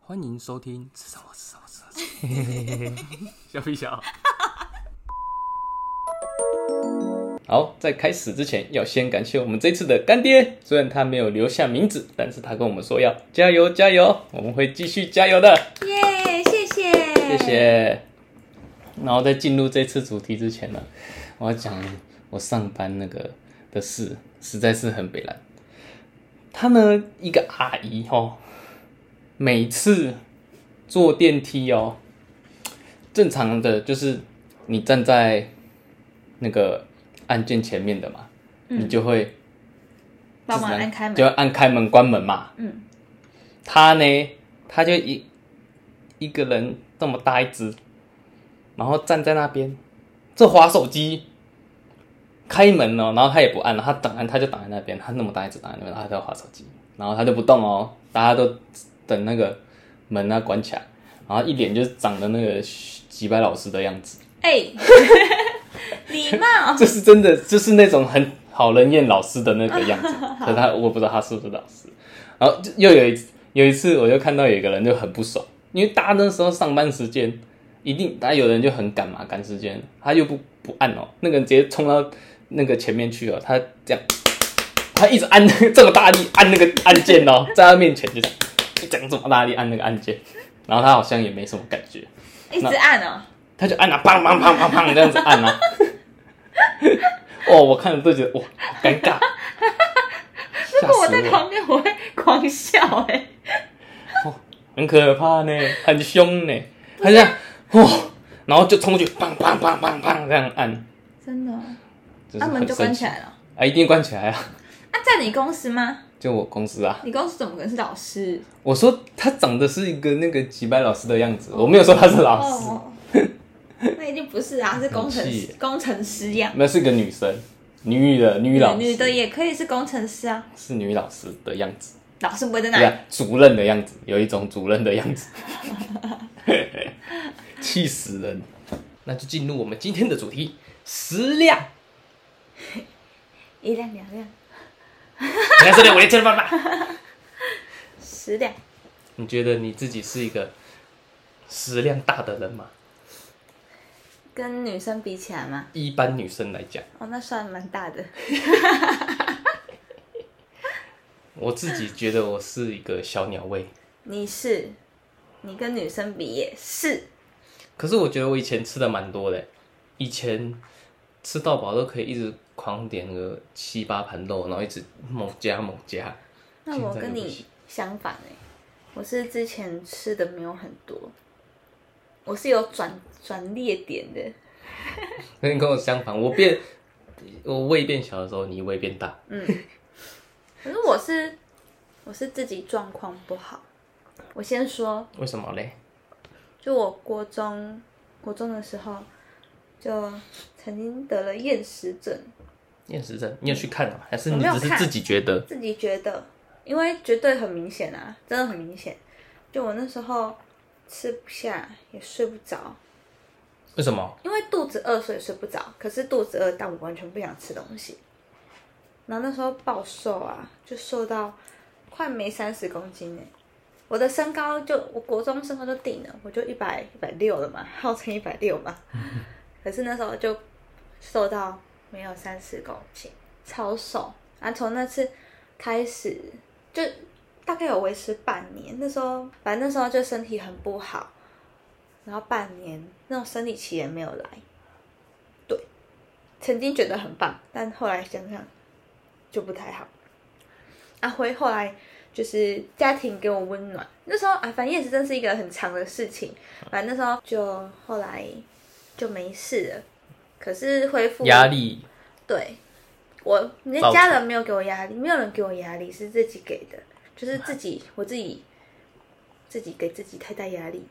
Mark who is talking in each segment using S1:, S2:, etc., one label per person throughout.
S1: 欢迎收听吃什么吃什么吃什么 小屁小，
S2: 好，在开始之前要先感谢我们这次的干爹，虽然他没有留下名字，但是他跟我们说要加油加油，我们会继续加油的，
S3: 耶，谢谢，
S2: 谢。谢。然后在进入这次主题之前呢，我要讲我上班那个的事，实在是很北蓝。他呢，一个阿姨哦，每次坐电梯哦，正常的就是你站在那个按键前面的嘛，你就会
S3: 帮忙按开
S2: 就
S3: 门。
S2: 要按开门、关门嘛。
S3: 嗯，
S2: 他呢，他就一一个人这么大一只，然后站在那边，这滑手机，开门哦，然后他也不按了，他挡按他就挡在那边，他那么大一只挡在那边，然后他在滑手机，然后他就不动哦，大家都等那个门啊关起来，然后一脸就是长得那个几百老师的样子，
S3: 哎、 礼貌。
S2: 这是真的，就是那种很好人厌老师的那个样子。可他我不知道他是不是老师。然后就又有一次有一次，我就看到有一个人就很不爽，因为大家那时候上班时间，一定大家有人就很赶嘛，赶时间，他又不不按哦，那个人直接冲到那个前面去了，哦他这样， 他一直按这么大力按那个按键哦，在他面前就这样， 就这样这么大力按那个按键，然后他好像也没什么感觉，
S3: 一直按哦、
S2: 他就按啊，砰砰砰砰砰这样子按啊。哦，我看了都觉得哇，好尴尬。
S3: 如果我
S2: 吓
S3: 在
S2: 死我，
S3: 旁边，我会狂笑哎、
S2: 很可怕呢，很凶呢。他这样，哇、然后就冲过去，砰砰砰砰砰这样按，
S3: 真的哦。
S2: 就是
S3: 那、
S2: 很
S3: 门就关
S2: 生
S3: 起
S2: 气
S3: 来了。
S2: 啊，一定关起来啊！
S3: 啊，在你公司吗？
S2: 就我公司啊，
S3: 你公司怎么可能是老师？
S2: 我说他长得是一个那个几白老师的样子，我没有说他是老师，
S3: 哦，那一定不是啊，是工程
S2: 很气
S3: 师，工程师呀。
S2: 那是个女生，女的女老师，
S3: 女的也可以是工程师啊，
S2: 是女老师的样子。
S3: 老师不会在那
S2: 对
S3: 里。
S2: 啊，主任的样子，有一种主任的样子， 气死人。那就进入我们今天的主题，食量。
S3: 一辆两辆
S2: 你看这里，我来吃饭吧。
S3: 十辆，
S2: 你觉得你自己是一个食量大的人吗？
S3: 跟女生比起来嘛，
S2: 一般女生来讲，
S3: 哦，那算蛮大的。
S2: 我自己觉得我是一个小鸟胃。
S3: 你是，你跟女生比也是。
S2: 可是我觉得我以前吃的蛮多的，以前吃到饱都可以一直狂点个七八盘肉，然后一直猛加猛加。
S3: 那我跟
S2: 现在也不行
S3: 你相反哎、我是之前吃的没有很多，我是有转转裂点的。
S2: 那你跟我相反，我变我胃变小的时候，你胃变大。
S3: 可是我是我是自己状况不好。我先说，
S2: 为什么嘞？
S3: 就我国中国中的时候，就曾经得了厌食症，
S2: 厌食症，你有去看啊吗？还是
S3: 我
S2: 你
S3: 没有
S2: 只是
S3: 看
S2: 自己觉得？
S3: 自己觉得，因为绝对很明显啊，真的很明显。就我那时候吃不下，也睡不着，
S2: 为什么？
S3: 因为肚子饿所以睡不着，可是肚子饿，但我完全不想吃东西。然后那时候暴瘦啊，就瘦到快没三十公斤哎、我的身高就我国中身高就定了，我就一百一百六了嘛，号称一百六嘛。可是那时候就瘦到没有三十公斤，超瘦。然后从那次开始，就大概有维持半年。那时候反正那时候就身体很不好，然后半年那种生理期也没有来。对，曾经觉得很棒，但后来想想就不太好。阿辉后来就是家庭给我温暖，那时候啊，反正也是真是一个很长的事情。反正那时候就后来就没事了，可是恢复
S2: 压力
S3: 对，我那
S2: 造成
S3: 家人没有给我压力，没有人给我压力，是自己给的，就是自己我自己自己给自己太大压力。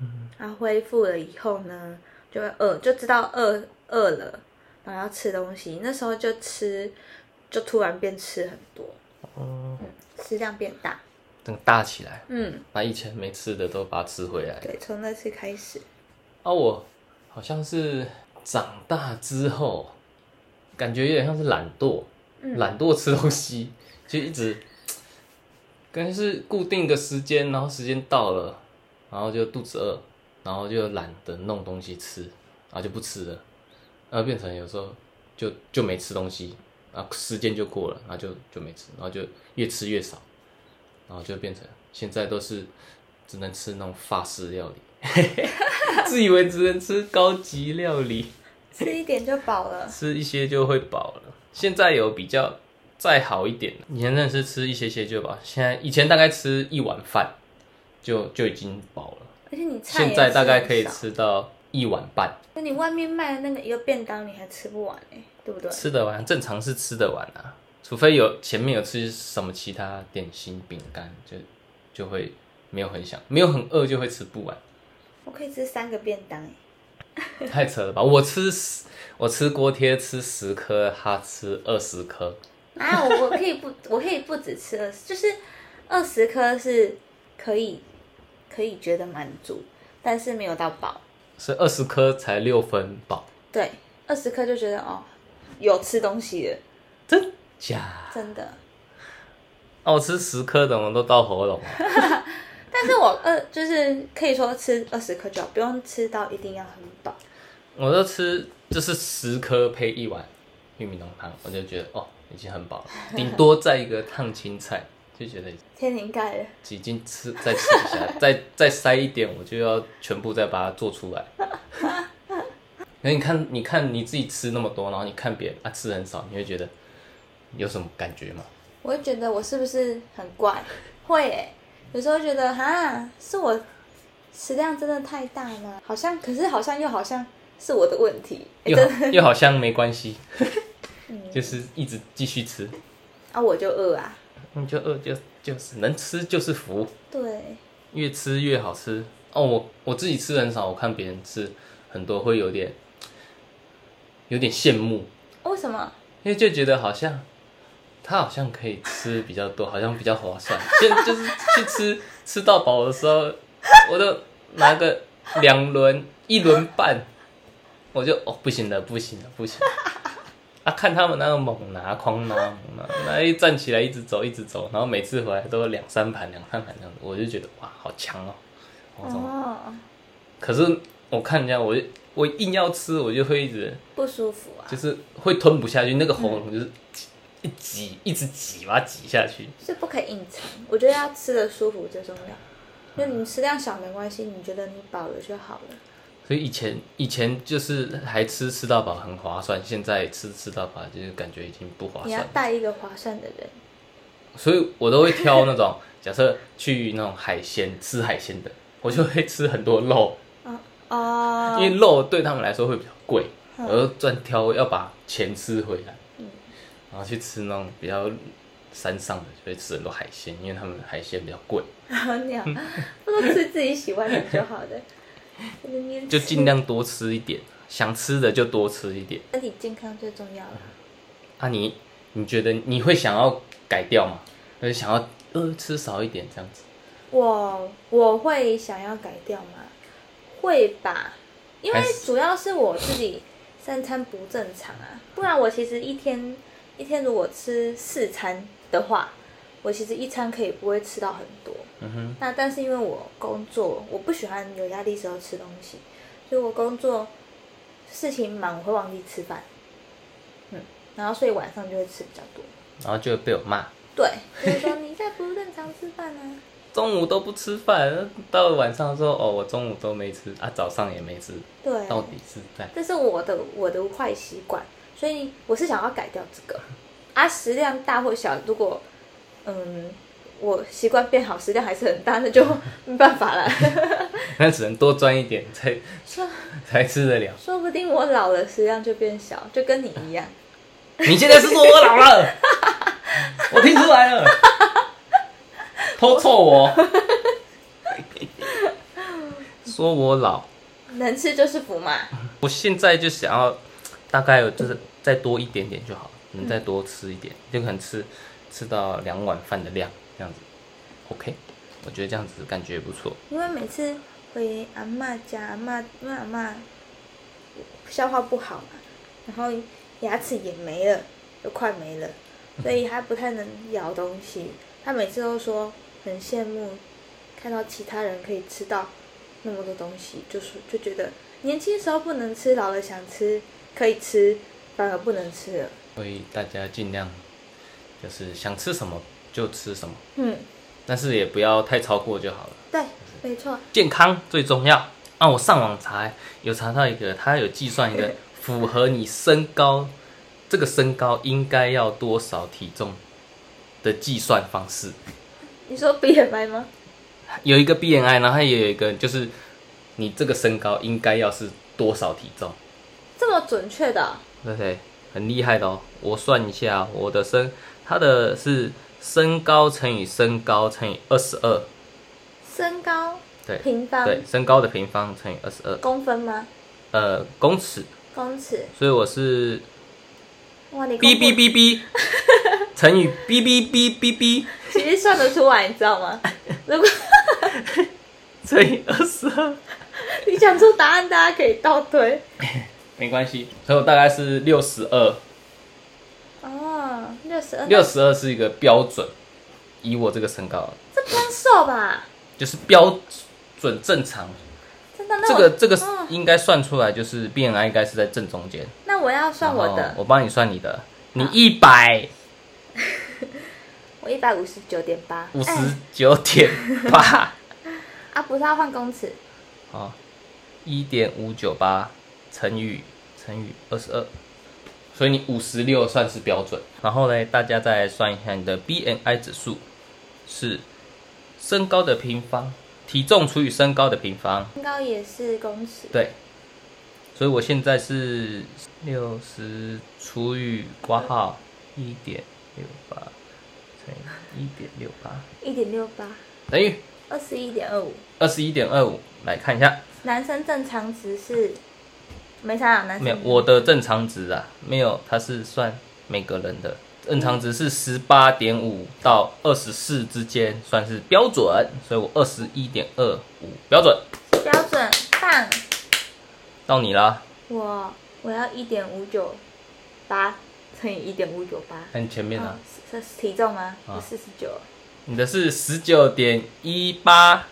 S3: 嗯，然后恢复了以后呢，就会饿，就知道饿饿了，然后要吃东西。那时候就吃，就突然变吃很多，
S2: 哦
S3: 嗯，食量变大。
S2: 整个大起来，
S3: 嗯，
S2: 把以前没吃的都把它吃回来。
S3: 对，从那次开始，
S2: 啊，我好像是长大之后， 感觉有点像是懒惰，懒惰吃东西，就一直感觉是固定个时间，然后时间到了，然后就肚子饿，然后就懒得弄东西吃，然后就不吃了，然后变成有时候就就没吃东西，啊，时间就过了，然后就就没吃，然后就越吃越少，然后就变成现在都是只能吃那种法式料理， 自以为只能吃高级料理。
S3: 吃一点就饱了。
S2: 吃一些就会饱了。现在有比较再好一点的，以前真的是吃一些些就饱，现在以前大概吃一碗饭就就已经饱了，
S3: 而且你菜也
S2: 现在大概
S3: 很
S2: 可以
S3: 少，
S2: 吃到一碗半，
S3: 那你外面卖的那个一个便当你还吃不完哎、对不对？
S2: 吃得完，正常是吃得完啊，除非有前面有吃什么其他点心饼干，就就会没有很想，没有很饿就会吃不完，
S3: 我可以吃三个便当哎、
S2: 太扯了吧？我吃十我吃锅贴吃十颗，他吃二十颗，
S3: 啊，我我可以不， 我可以不只吃二十，就是二十颗是可以可以觉得满足，但是没有到饱。
S2: 所以二十颗才六分饱，
S3: 对，二十颗就觉得哦，有吃东西了，
S2: 真假？
S3: 真的。
S2: 哦，我吃十颗怎么都到喉咙了，
S3: 但是我二就是可以说吃二十颗就好，不用吃到一定要很饱。
S2: 我都吃就是十颗配一碗玉米浓汤，我就觉得哦已经很饱了，顶多再一个烫青菜，就觉得
S3: 天灵盖了，
S2: 已经吃再吃一 下，再再塞一点，我就要全部再把它做出来。那你看，你看你自己吃那么多，然后你看别人啊吃很少，你会觉得有什么感觉吗？
S3: 我会觉得我是不是很 怪？会诶、有时候觉得哈，是我食量真的太大吗？好像，可是好像又好像是我的问题。欸、
S2: 又
S3: 真的
S2: 好又好像没关 系，就是一直继续吃，
S3: 啊，我就饿啊。
S2: 你就饿就就是能吃就是福。
S3: 对，
S2: 越吃越好吃哦。我我自己吃很少，我看别人吃很多会有点有点羡慕，
S3: 哦为什么？
S2: 因为就觉得好像他好像可以吃比较多，好像比较划算。 就就是去吃吃到饱的时候，我都拿个两轮一轮半，我就哦不行了不行了不行了。啊！看他们那个猛拿、狂拿、猛拿，那一站起来一直走，一直走，然后每次回来都两三盘、两三盘这样子，我就觉得哇，好强哦！我怎么
S3: 哦，
S2: 可是我看人家，我就我硬要吃，我就会一直
S3: 不舒服啊，
S2: 就是会吞不下去，那个喉咙就是一挤，一直挤把它挤下去。
S3: 是不可以隐藏。我觉得要吃的舒服最重要。就你吃量小没关系，你觉得你饱了就好了。
S2: 所以以前以前就是还吃吃到饱很划算，现在吃吃到饱就是感觉已经不划
S3: 你要
S2: 算。
S3: 带一个划算的人，
S2: 所以我都会挑那种 假设去那种海鲜吃海鲜的，我就会吃很多肉，
S3: 啊哦，
S2: 因为肉对他们来说会比较贵，我就专挑要把钱吃回来，然后去吃那种比较山上的，就会吃很多海鲜，因为他们海鲜比较贵，
S3: 好 鸟，不如吃自己喜欢的就 好了。在那边
S2: 就
S3: 吃
S2: 尽量多吃一点，想吃的就多吃一点。
S3: 身体健康最重要了。
S2: 啊你，你觉得你会想要改掉吗？就是想要呃吃少一点这样子？
S3: 我我会想要改掉吗？会吧，因为
S2: 还是
S3: 主要是我自己三餐不正常啊，不然我其实一天一天如果吃四餐的话，我其实一餐可以不会吃到很多。
S2: 嗯哼，
S3: 那但是因为我工作，我不喜欢有压力时候吃东西，所以我工作事情忙，我会忘记吃饭。嗯，然后所以晚上就会吃比较 多。
S2: 然后就被我骂，
S3: 对，就是说你在不正常吃饭啊。
S2: 中午都不吃饭，到了晚上说哦我中午都没吃啊，早上也没吃，
S3: 对，
S2: 到底是在
S3: 这是我的我的坏习惯，所以我是想要改掉这个。啊，食量大或小，如果嗯我习惯变好，食量还是很大，那就没办法了。
S2: 那只能多赚一点才
S3: 说
S2: 才吃得了。
S3: 说不定我老了，食量就变小，就跟你一样。
S2: 你现在是说我老了， 我听出来了，偷臭我， 说我老，
S3: 能吃就是福嘛。
S2: 我现在就想要大概有就是再多一点点就好，你再多吃一点，就可能吃吃到两碗饭的量这样子，OK，我觉得这样子感觉不错。
S3: 因为每次回阿嬷家，阿嬷因为阿嬷消化不好嘛，然后牙齿也没了，都快没了，所以她不太能咬东西。她每次都说很羡慕看到其他人可以吃到那么多东西，就是就觉得年轻的时候不能吃，老了想吃可以吃，反而不能吃了。
S2: 所以大家尽量就是想吃什么就吃什么，
S3: 嗯，
S2: 但是也不要太超过就好了。
S3: 对，没错，
S2: 健康最重要。啊，我上网查有查到一个，它有计算一个符合你身高这个身高应该要多少体重的计算方式，
S3: 你说 BMI 吗？
S2: 有一个 BMI，然后它也有一个就是你这个身高应该要是多少体重。
S3: 这么准确的哦、
S2: 对对，很厉害的哦。我算一下，我的身，它的是身高乘以身高乘以二十二，
S3: 身高
S2: 对
S3: 平方
S2: 对，身高的平方乘以二十二，
S3: 公分吗？
S2: 呃，公尺。
S3: 公尺？
S2: 所以我是
S3: 哇，你公
S2: 哔哔
S3: 布，
S2: 哔哔 乘以哔哔哔哔哔
S3: 其实算得出来，你知 道吗？如果
S2: 乘以二十二，
S3: 你讲出答案，大家可以倒推。
S2: 没关系。所以我大概是六十二，
S3: 哦，六十二，
S2: 六十二是一个标准，以我这个身高，
S3: 这偏瘦吧？
S2: 就是标准正常。
S3: 真的？那
S2: 这
S3: 我
S2: 个这个
S3: 嗯
S2: 应该算出来，就是 BMI 应该是在正中间。
S3: 那我要算我
S2: 然后
S3: 的，啊
S2: 我帮你算你的，你一百
S3: 我一百五十九点八，
S2: 五十
S3: 哎
S2: 九点 八，
S3: 啊，不是要换公尺，
S2: 好，一点五九八乘以乘以二十二，所以你五十六算是标准。然后呢，大家再算一下你的 BMI 指数是身高的平方，体重除以身高的平方，
S3: 身高也是公尺，
S2: 对。所以我现在是六十除以括号一点六八乘以一点六八。
S3: 一点六八，
S2: 等于
S3: 二十一点二五。
S2: 二十一点二五。来看一下，
S3: 男生正常值是没啥啊，男生
S2: 没有我的正常值啊，没有，它是算每个人的正常值是十八点五到二十四之间，算是标准，所以我二十一点二五标准。
S3: 标准棒。
S2: 到你啦，
S3: 我我要一点五九八乘以一点五九八，
S2: 看前面啊
S3: 嗯，，这是体重吗？
S2: 啊
S3: 我四十九，
S2: 你的是十九点一八，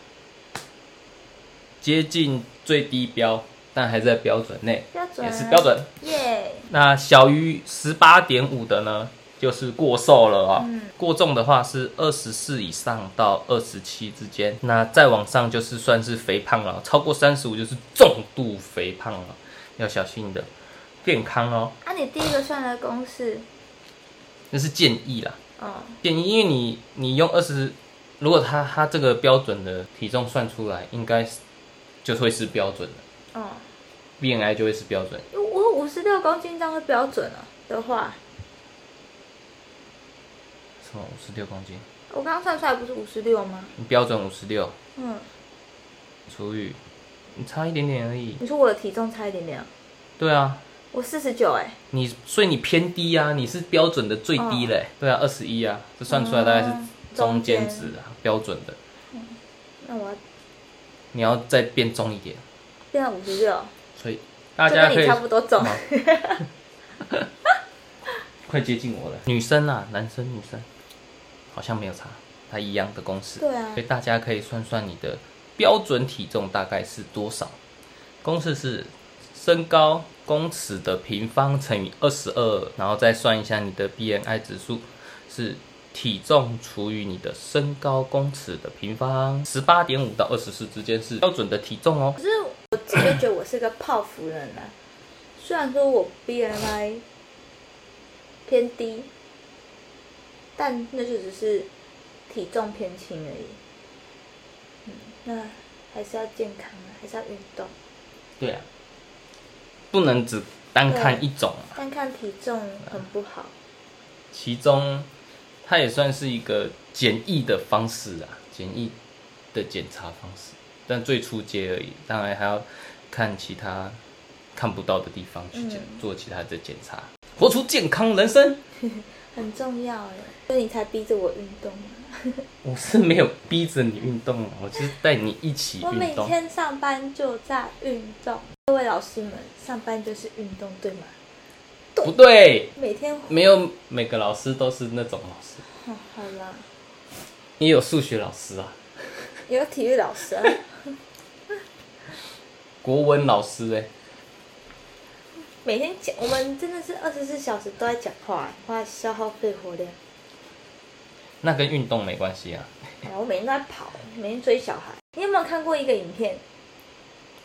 S2: 接近最低标，但还在标准内，
S3: 标准
S2: 也是标准。
S3: 耶。
S2: 那小于十八点五的呢，就是过瘦了啊、
S3: 嗯
S2: 过重的话是二十四以上到二十七之间，那再往上就是算是肥胖了，超过三十五就是重度肥胖了，要小心你的健康哦，
S3: 啊，你第一个算的公式，
S2: 那是建议啦，
S3: 嗯，
S2: 建议，因为你你用二十，如果他他这个标准的体重算出来，应该是就会是标准的
S3: 哦，
S2: ，BMI 就会是标准。
S3: 如果我五十六公斤这样会标准哦的话，
S2: 什么五十六公斤？
S3: 我刚刚算出来不是五十六吗？
S2: 你标准五十六
S3: 嗯，
S2: 除以，你差一点点而已。
S3: 你说我的体重差一点点哦，
S2: 对啊，
S3: 我四十九哎，
S2: 你所以你偏低啊，你是标准的最低嘞、
S3: 哦
S2: 对啊，二十一啊，这算出来大概是
S3: 嗯
S2: 中间值啊，标准的。
S3: 那我要
S2: 你要再变重一点，
S3: 变到五十六，
S2: 所以大
S3: 就
S2: 家
S3: 跟
S2: 可
S3: 你
S2: 以
S3: 差不多重。
S2: 快接近我了。女生啊，男生女生好像没有差，它一样的公式。
S3: 对啊
S2: 所以大家可以算算你的标准体重大概是多少。公式是身高公尺的平方乘以二十二，然后再算一下你的 BMI 指数是体重除以你的身高公尺的平方，十八点五到二十四之间是标准的体重哦
S3: 可。是我自己就觉得我是个泡芙人啊，虽然说我 BMI 偏低，但那就只是体重偏轻而已。嗯，那还是要健康啊，还是要运动。
S2: 对啊，不能只单看
S3: 对
S2: 一种啊。
S3: 但看体重很不好，
S2: 其中它也算是一个简易的方式啊，简易的检查方式，但最初阶而已。当然还要看其他看不到的地方去检、
S3: 嗯
S2: 做其他的检查，活出健康人生。
S3: 很重要哎，所以你才逼着我运动啊。
S2: 我是没有逼着你运动，啊我就是带你一起
S3: 我每
S2: 运动。
S3: 天上班就在运动，各位老师们，上班就是运动对吗？
S2: 不对，
S3: 每天
S2: 没有每个老师都是那种老师。
S3: 哦，好啦，
S2: 你有数学老师啊，
S3: 也有体育老师啊，
S2: 国文老师哎、
S3: 每天讲，我们真的是二十四小时都在讲话，哇，消耗肺活量。
S2: 那跟运动没关系啊。
S3: 然后我每天都在跑，每天追小孩。你有没有看过一个影片？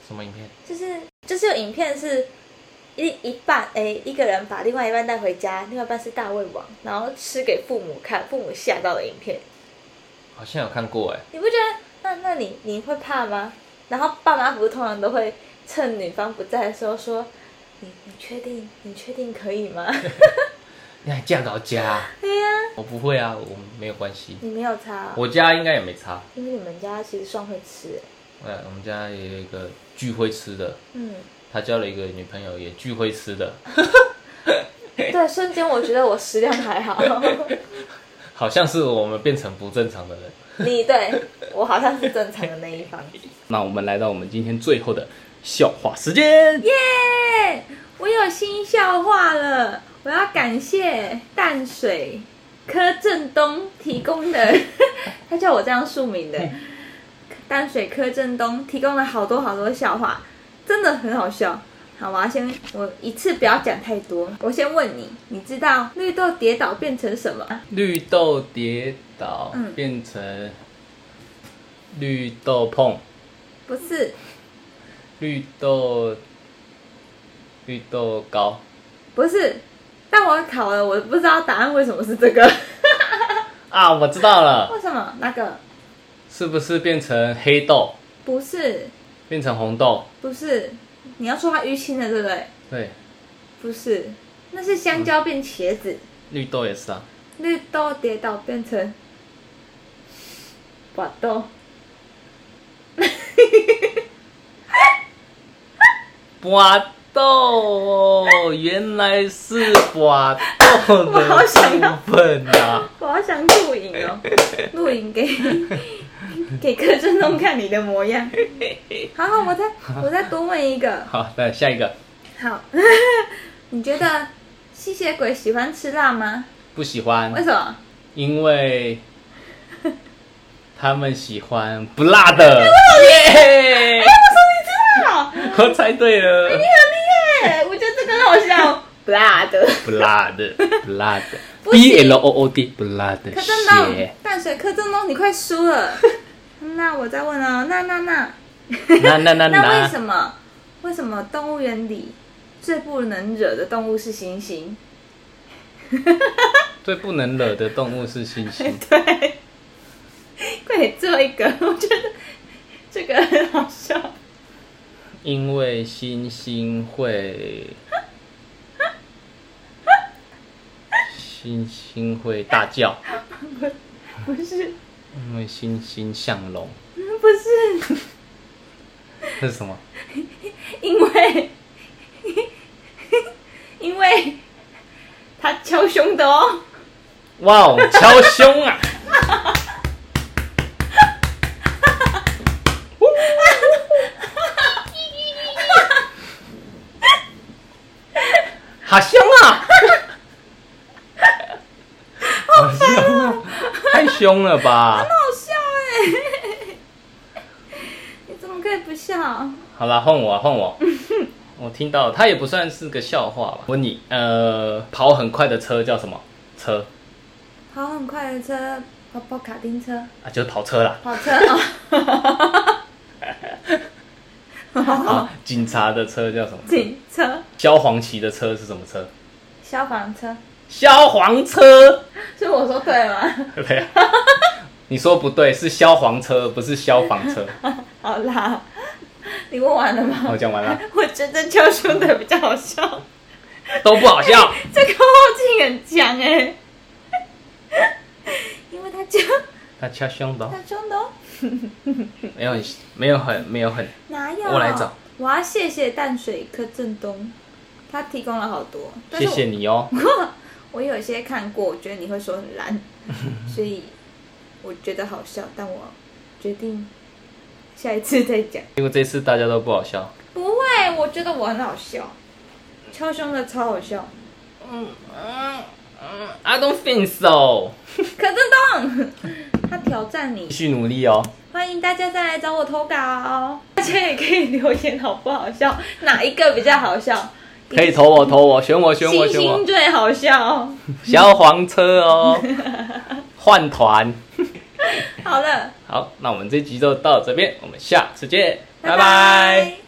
S2: 什么影片？
S3: 就是就是有影片是一一半诶、一个人把另外一半带回家，另外一半是大胃王，然后吃给父母看，父母吓到的影片。
S2: 好像有看过哎、
S3: 你不觉得？那那你你会怕吗？然后爸妈不是通常都会趁女方不在的时候说：“你你确定你确定可以吗
S2: 你还嫁到家？”
S3: 对呀、
S2: 我不会啊，我没有关系。
S3: 你没有差啊、
S2: 我家应该也没差。
S3: 因为你们家其实算会吃欸。
S2: 呃，我们家也有一个聚会吃的，
S3: 嗯，
S2: 他交了一个女朋友，也聚会吃的，
S3: 对，瞬间我觉得我食量还好。
S2: 好像是我们变成不正常的人。
S3: 你对我好像是正常的那一方。
S2: 那我们来到我们今天最后的笑话时间。
S3: 耶！我有新笑话了，我要感谢淡水柯震东提供的， 他叫我这样署名的。淡水柯震东提供了好多好多笑话，真的很好笑。好，我要先我一次不要讲太多，我先问你，你知道绿豆跌倒变成什么？
S2: 绿豆跌倒
S3: 嗯
S2: 变成绿豆碰，
S3: 不是，
S2: 绿豆绿豆糕，
S3: 不是。但我考了，我不知道答案为什么是这个，
S2: 啊，我知道了，
S3: 为什么那个
S2: 是不是变成黑豆，
S3: 不是
S2: 变成红豆？
S3: 不是？你要说它淤青了，对不对？
S2: 对，
S3: 不是，那是香蕉变茄子，
S2: 绿豆也是啊，
S3: 绿豆跌倒变成quả 豆。
S2: 拔豆，原来是拔豆
S3: 我好想
S2: 的
S3: 要
S2: 部分啊。
S3: 我好想录影哦，录影给 给柯震东看你的模样。好好，我再我再多问一个。
S2: 好，来下一个，
S3: 好， 你觉得吸血鬼喜欢吃辣吗？
S2: 不喜欢
S3: 为，什么？
S2: 因为他们喜欢不辣的。耶！
S3: 好，你
S2: 我猜对了，
S3: 很厉害，我觉得这个很好笑。不辣的，
S2: 不辣的，不辣的
S3: 不
S2: ，B
S3: 行
S2: L O O D，不辣的
S3: 柯震东
S2: 血。，
S3: 淡水柯震东，你快输了。 那我再问哦，那那那。
S2: 那那那
S3: 那为
S2: 那，
S3: 什么？为什么动物园里最不能惹的动物是猩猩？
S2: 最不能惹的动物是猩猩。
S3: 对，快点最后一个，我觉得这个很好笑。
S2: 因为星星会，星星会大叫，
S3: 不是，
S2: 因为欣欣向荣。
S3: 不是，
S2: 这是什么？
S3: 因为 因为他敲胸的哦。
S2: 哇哦，敲胸啊！好凶啊！好凶啊！太凶了吧！
S3: 好笑哎、你怎么可以不笑？
S2: 好啦，换我啊，换 我。我听到了，它也不算是个笑话吧？问你，呃，跑很快的车叫什么车
S3: 跑很快的车，跑跑卡丁车，
S2: 啊？就是跑车啦。
S3: 跑车啊！哦
S2: 啊，警察的车叫什么？
S3: 警车、
S2: 消黄旗的车是什么车？
S3: 消防车，
S2: 消黄车。
S3: 是我说对吗？
S2: 对 啊、你说不对，是消黄车，不是消防 车。
S3: 好啦，你问完了吗？
S2: 我讲完了，
S3: 我觉得教书的比较好笑，
S2: 都不好笑。
S3: 这个后劲很强哎、因为他教
S2: 他敲胸的哦，
S3: 他中的哦
S2: 没有很，没有很，没有很。
S3: 哪有？
S2: 我来找，
S3: 我要谢谢淡水柯震东，他提供了好多，但
S2: 谢
S3: 是
S2: 谢你哦。
S3: 我我有些看过，我觉得你会说 很烂，所以我觉得好笑，但我决定下一次再讲。
S2: 结果这次大家都不好笑。
S3: 不会，我觉得我很好笑，敲胸的超好笑。嗯嗯，
S2: I don't think so。
S3: 可震东， 他挑战你
S2: 继。续努力哦。
S3: 欢迎大家再来找我投稿，大家也可以留言好不好笑，哪一个比较好笑？
S2: 可以投我，投我，选我，选我，
S3: 星
S2: 选我
S3: 星。最好笑。
S2: 小黄车 哦，换团。
S3: 好了，
S2: 好，那我们这集就到这边，我们下次见，拜
S3: 拜
S2: 拜。